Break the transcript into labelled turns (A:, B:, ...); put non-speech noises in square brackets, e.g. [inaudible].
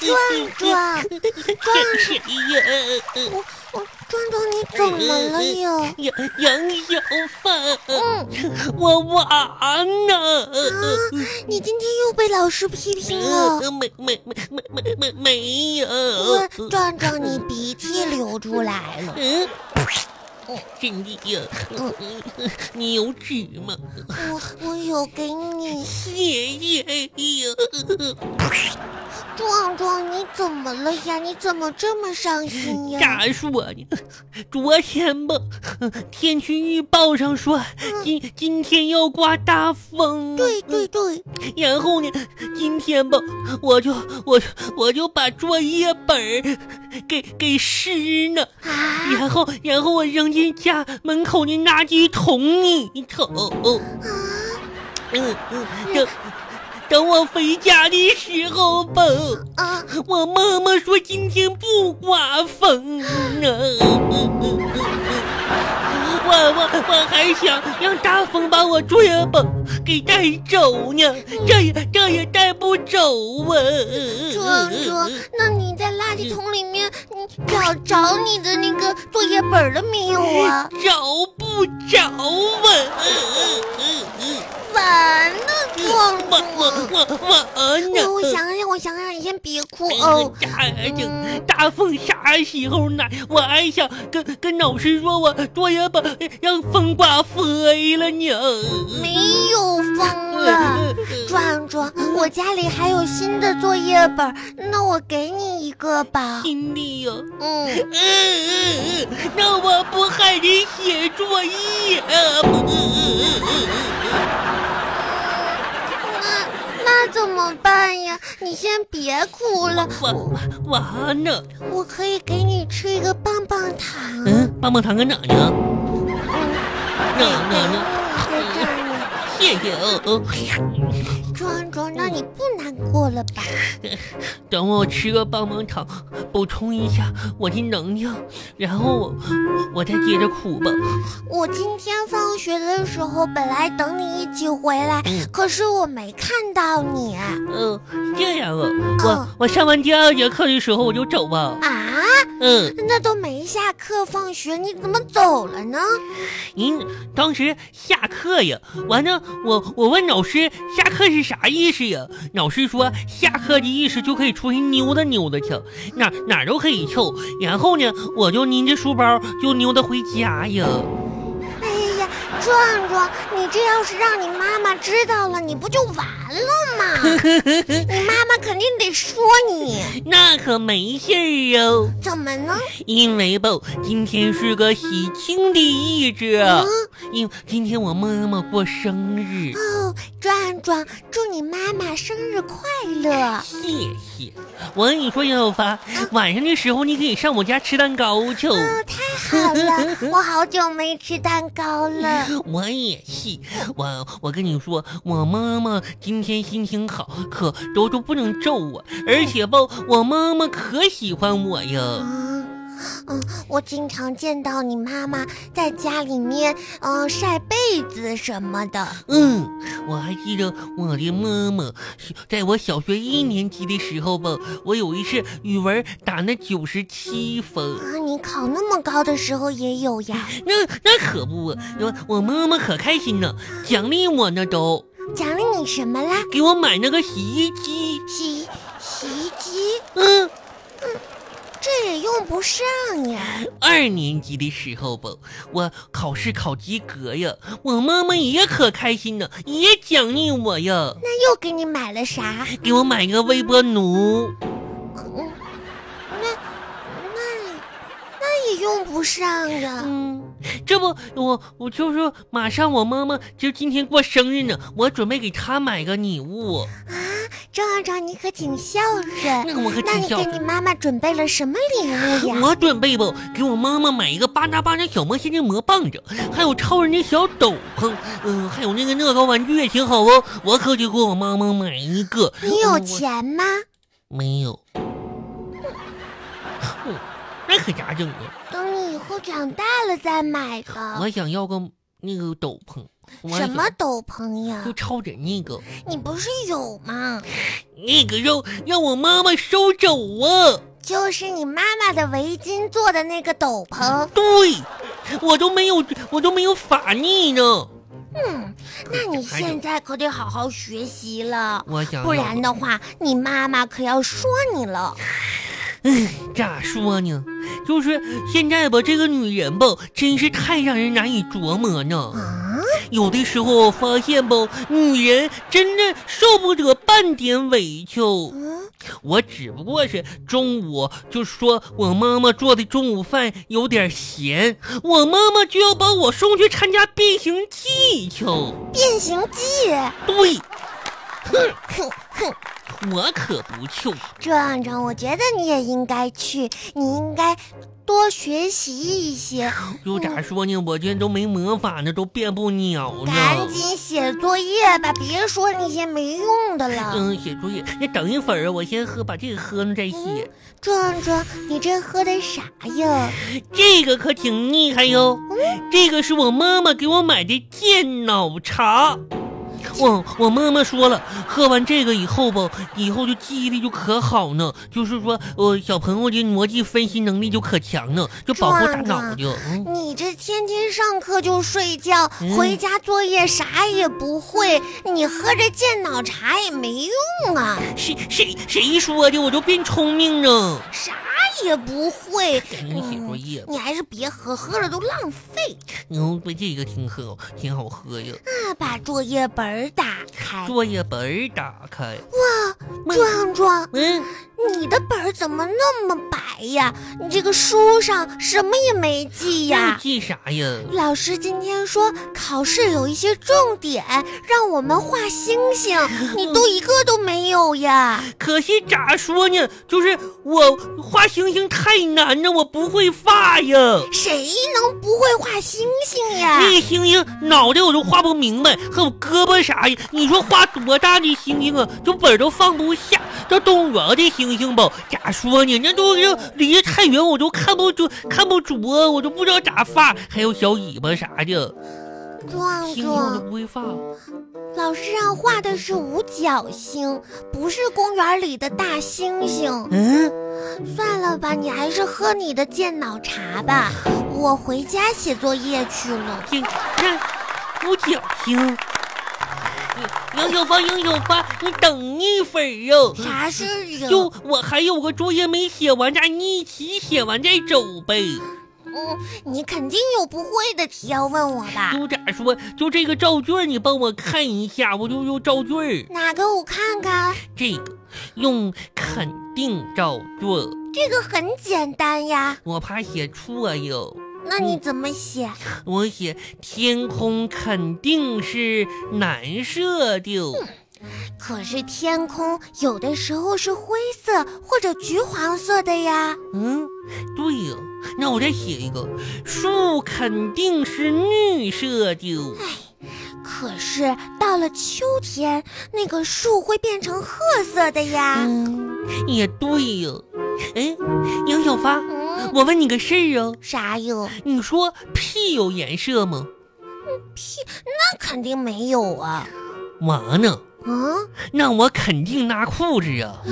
A: 壮壮，
B: 真是痒，
A: 我我壮壮，你怎么了又？啊
B: 痒痒小贩，
A: 嗯，
B: 我娃呢？
A: 你今天又被老师批评了。
B: 呃没没没没没没没有。
A: 喂壮壮，你鼻涕流出来了。
B: 嗯，真的呀？你有纸吗？
A: 我我有给你。
B: 谢谢呀！
A: 壮壮，你怎么了呀？你怎么这么伤心呀？
B: 咋说呢？昨天吧，天气预报上说今今天要刮大风。
A: 对对对，
B: 然后呢，今天吧，我就我我就把作业本儿给给湿了，
A: 啊
B: 然后然后我扔进家门口的垃圾桶里头。
A: 啊！
B: 嗯嗯，等等我回家的时候吧，
A: 啊，
B: 我妈妈说今天不刮风啊呢。我我我还想让大风把我作业本给带走呢，这也这也带不走啊！
A: 壮壮，那你在垃圾桶里面，你找找你的那个作业本儿了没有啊？
B: 找不着啊！
A: 完了，壮
B: 我我
A: 壮。
B: 我我呢？
A: 哎我我想想，我想想，你先别哭哦。
B: 大哎大风啥时候来？我还想跟跟老师说，我作业本让风刮飞了呢。
A: 没有风
B: 嗯
A: 了，壮壮，我家里还有新的作业本儿，那我给你一个吧。
B: 心里呀，
A: 嗯。
B: 嗯嗯嗯，那我不还得写作业吗？
A: 那那怎么办呀？你先别哭了，
B: 我我呢？
A: 我可以给你吃一个棒棒糖。
B: 嗯，棒棒糖搁哪呢？
A: 嗯，
B: 哪哪呢？
A: 在这儿呢。
B: 谢谢哦哦，
A: 壮壮，那你不难过了吧？
B: 等我吃个棒棒糖，补充一下我的能量，然后我我再接着哭吧。
A: 我今天放学的时候本来等你一起回来，
B: 嗯
A: 可是我没看到你啊！
B: 嗯，这样啊，我我上完第二节课的时候我就走吧。
A: 啊
B: 嗯，
A: 那都没下课放学，你怎么走了呢？
B: 您当时下课呀，完了我我问老师下课是啥意思呀？老师说下课的意思就可以出去溜达溜达去，哪哪儿都可以去。然后呢，我就拎着书包就溜达回家呀。
A: 哎呀，壮壮，你这要是让你妈妈知道了，你不就完了 [laughs] 吗？你妈妈肯定得说你。
B: 那可没事儿哦，
A: 怎么呢？
B: 因为吧，今天是个喜庆的日子，
A: 嗯，
B: 因今天我妈妈过生日。
A: 哦，壮壮，祝你妈妈生日快乐！
B: 谢谢。我跟你说，杨小发，晚上的时候你可以上我家吃蛋糕去。
A: 哦，太好了， [laughs] 我好久没吃蛋糕了。 [laughs]
B: 我也是，我我跟你说，我妈妈今天心情好，可都都不能揍我，而且吧，我妈妈可喜欢我呀。
A: 嗯嗯，我经常见到你妈妈在家里面，嗯、晒被子什么的。
B: 嗯，我还记得我的妈妈，在我小学一年级的时候吧，我有一次语文打了九十七分。
A: 啊，你考那么高的时候也有
B: [laughs]
A: 呀？
B: 那那可不，我我妈妈可开心了，奖励我呢都。
A: 奖励你什么啦？
B: 给我买那个洗衣机。
A: 洗洗衣机，
B: 嗯，
A: 这也用不上
B: [laughs]
A: 呀。
B: 二年级的时候吧，我考试考及格呀，我妈妈也可开心了，也奖励我呀，
A: 那又给你买了啥？
B: 给我买个微波炉。
A: 嗯，那那那也用不上啊呀。
B: 嗯，这不我我就是马上我妈妈就今天过生日呢，我准备给她买个礼物。
A: 啊壮壮，你可挺孝顺。
B: [laughs] 那我可
A: 那
B: 挺
A: 你
B: 孝
A: 给
B: 顺
A: 你妈妈准备了什么礼物呀？
B: 我准备吧，给我妈妈买一个巴扎巴扎小魔仙的魔棒子，还有超人的小斗篷，嗯、还有那个乐高玩具也挺好哦。我可得给我妈妈买一个。
A: 你
B: [laughs]
A: 有
B: 我
A: 钱吗？
B: 没有？哼那可咋整啊？
A: 等你以后长大了再买吧。
B: 我想要个那个斗篷，我
A: 什么斗篷呀
B: 就？抄着那个
A: 你不是有吗？
B: 那个让让我妈妈收走啊！
A: 就是你妈妈的围巾做的那个斗篷。
B: 对，我都没有我都没有法力呢。
A: 嗯，那你现在可得好好学习了，
B: 我想
A: 不然的话，你妈妈可要说你了。
B: 咋说呢？就是现在吧，这个女人吧，真是太让人难以琢磨呢。
A: 啊，
B: 有的时候发现吧，女人真的受不得半点委屈。
A: 嗯，
B: 我只不过是中午就说我妈妈做的中午饭有点咸，我妈妈就要把我送去参加变形计去。
A: 变形计，
B: 对，
A: 哼哼，
B: 我可不去。
A: 壮壮，我觉得你也应该去，你应该多学习一些，
B: 又
A: 嗯
B: 咋说呢？我这都没魔法呢，都变不了呢。
A: 赶紧写作业吧，别说那些没用的了。
B: 嗯，写作业，那等一会儿啊我先喝，把这个喝了再写。
A: 壮壮，你这喝的啥呀？嗯
B: 这个可挺厉害哟，这个是我妈妈给我买的健脑茶。我我妈妈说了，喝完这个以后吧，以后就记忆力就可好呢，就是说，呃，小朋友的逻辑分析能力就可强呢，就保护大
A: 啊
B: 脑就。嗯
A: 你这天天上课就睡觉，
B: 嗯
A: 回家作业啥也不会，你喝着健脑茶也没用啊，
B: 谁谁谁说的？我都变聪明了。
A: 啥也不会。嗯
B: 赶紧写作业吧，
A: 你还是别喝，喝了都浪费。
B: 嗯，这个挺好，挺好喝呀。
A: 那把作业本儿打开。
B: 作业本儿打开，妈
A: 壮壮，
B: 嗯。
A: 你的本儿怎么那么白呀？你这个书上什么也没记
B: 要
A: 呀？
B: 记啥呀？
A: 老师今天说考试有一些重点，让我们画星
B: [laughs]
A: 星，你都一个都没有呀。
B: 可惜咋说呢，就是我画星星太难了，我不会画呀。
A: 谁能不会画星星呀？
B: 那个星星脑袋我都画不明白，还有胳膊啥呀？你说画多大的星星啊？就本儿都放不下。这动物园的星星吧，咋说呢？那都是离得太远，我都看不着，看不着，我都不知道咋画。还有小尾巴啥的，
A: 壮
B: 星星我都
A: 壮，
B: 不会画。
A: 老师让画的是五角星，不是公园里的大猩猩。
B: 嗯，
A: 算了吧，你还是喝你的健脑茶吧。我回家写作业去了。
B: 这那五角星。嗯杨小芳，杨小芳，你等一会儿哟、
A: 啥事啊情？
B: 就我还有个作业没写完，咱一起写完再走呗。
A: 嗯，你肯定有不会的题要问我吧？
B: 就咋说，就这个造句儿，你帮我看一下，我就用造句儿。
A: 哪个我看看？
B: 这个用肯定造句儿，
A: 这个很简单呀。
B: 我怕写错哟。
A: 那你怎么写？
B: 我写天空肯定是蓝色的，
A: 可是天空有的时候是灰色或者橘黄色的呀。
B: 嗯，对呀、那我再写一个，树肯定是绿色的。哦
A: 可是到了秋天，那个树会变成褐色的呀。
B: 嗯，也对呀、哎，杨小发，
A: 嗯，
B: 我问你个事儿啊，
A: 啥哟？
B: 你说屁有颜色吗？
A: 那肯定没有啊。
B: 完呢，嗯
A: 啊，
B: 那我肯定拉裤子啊！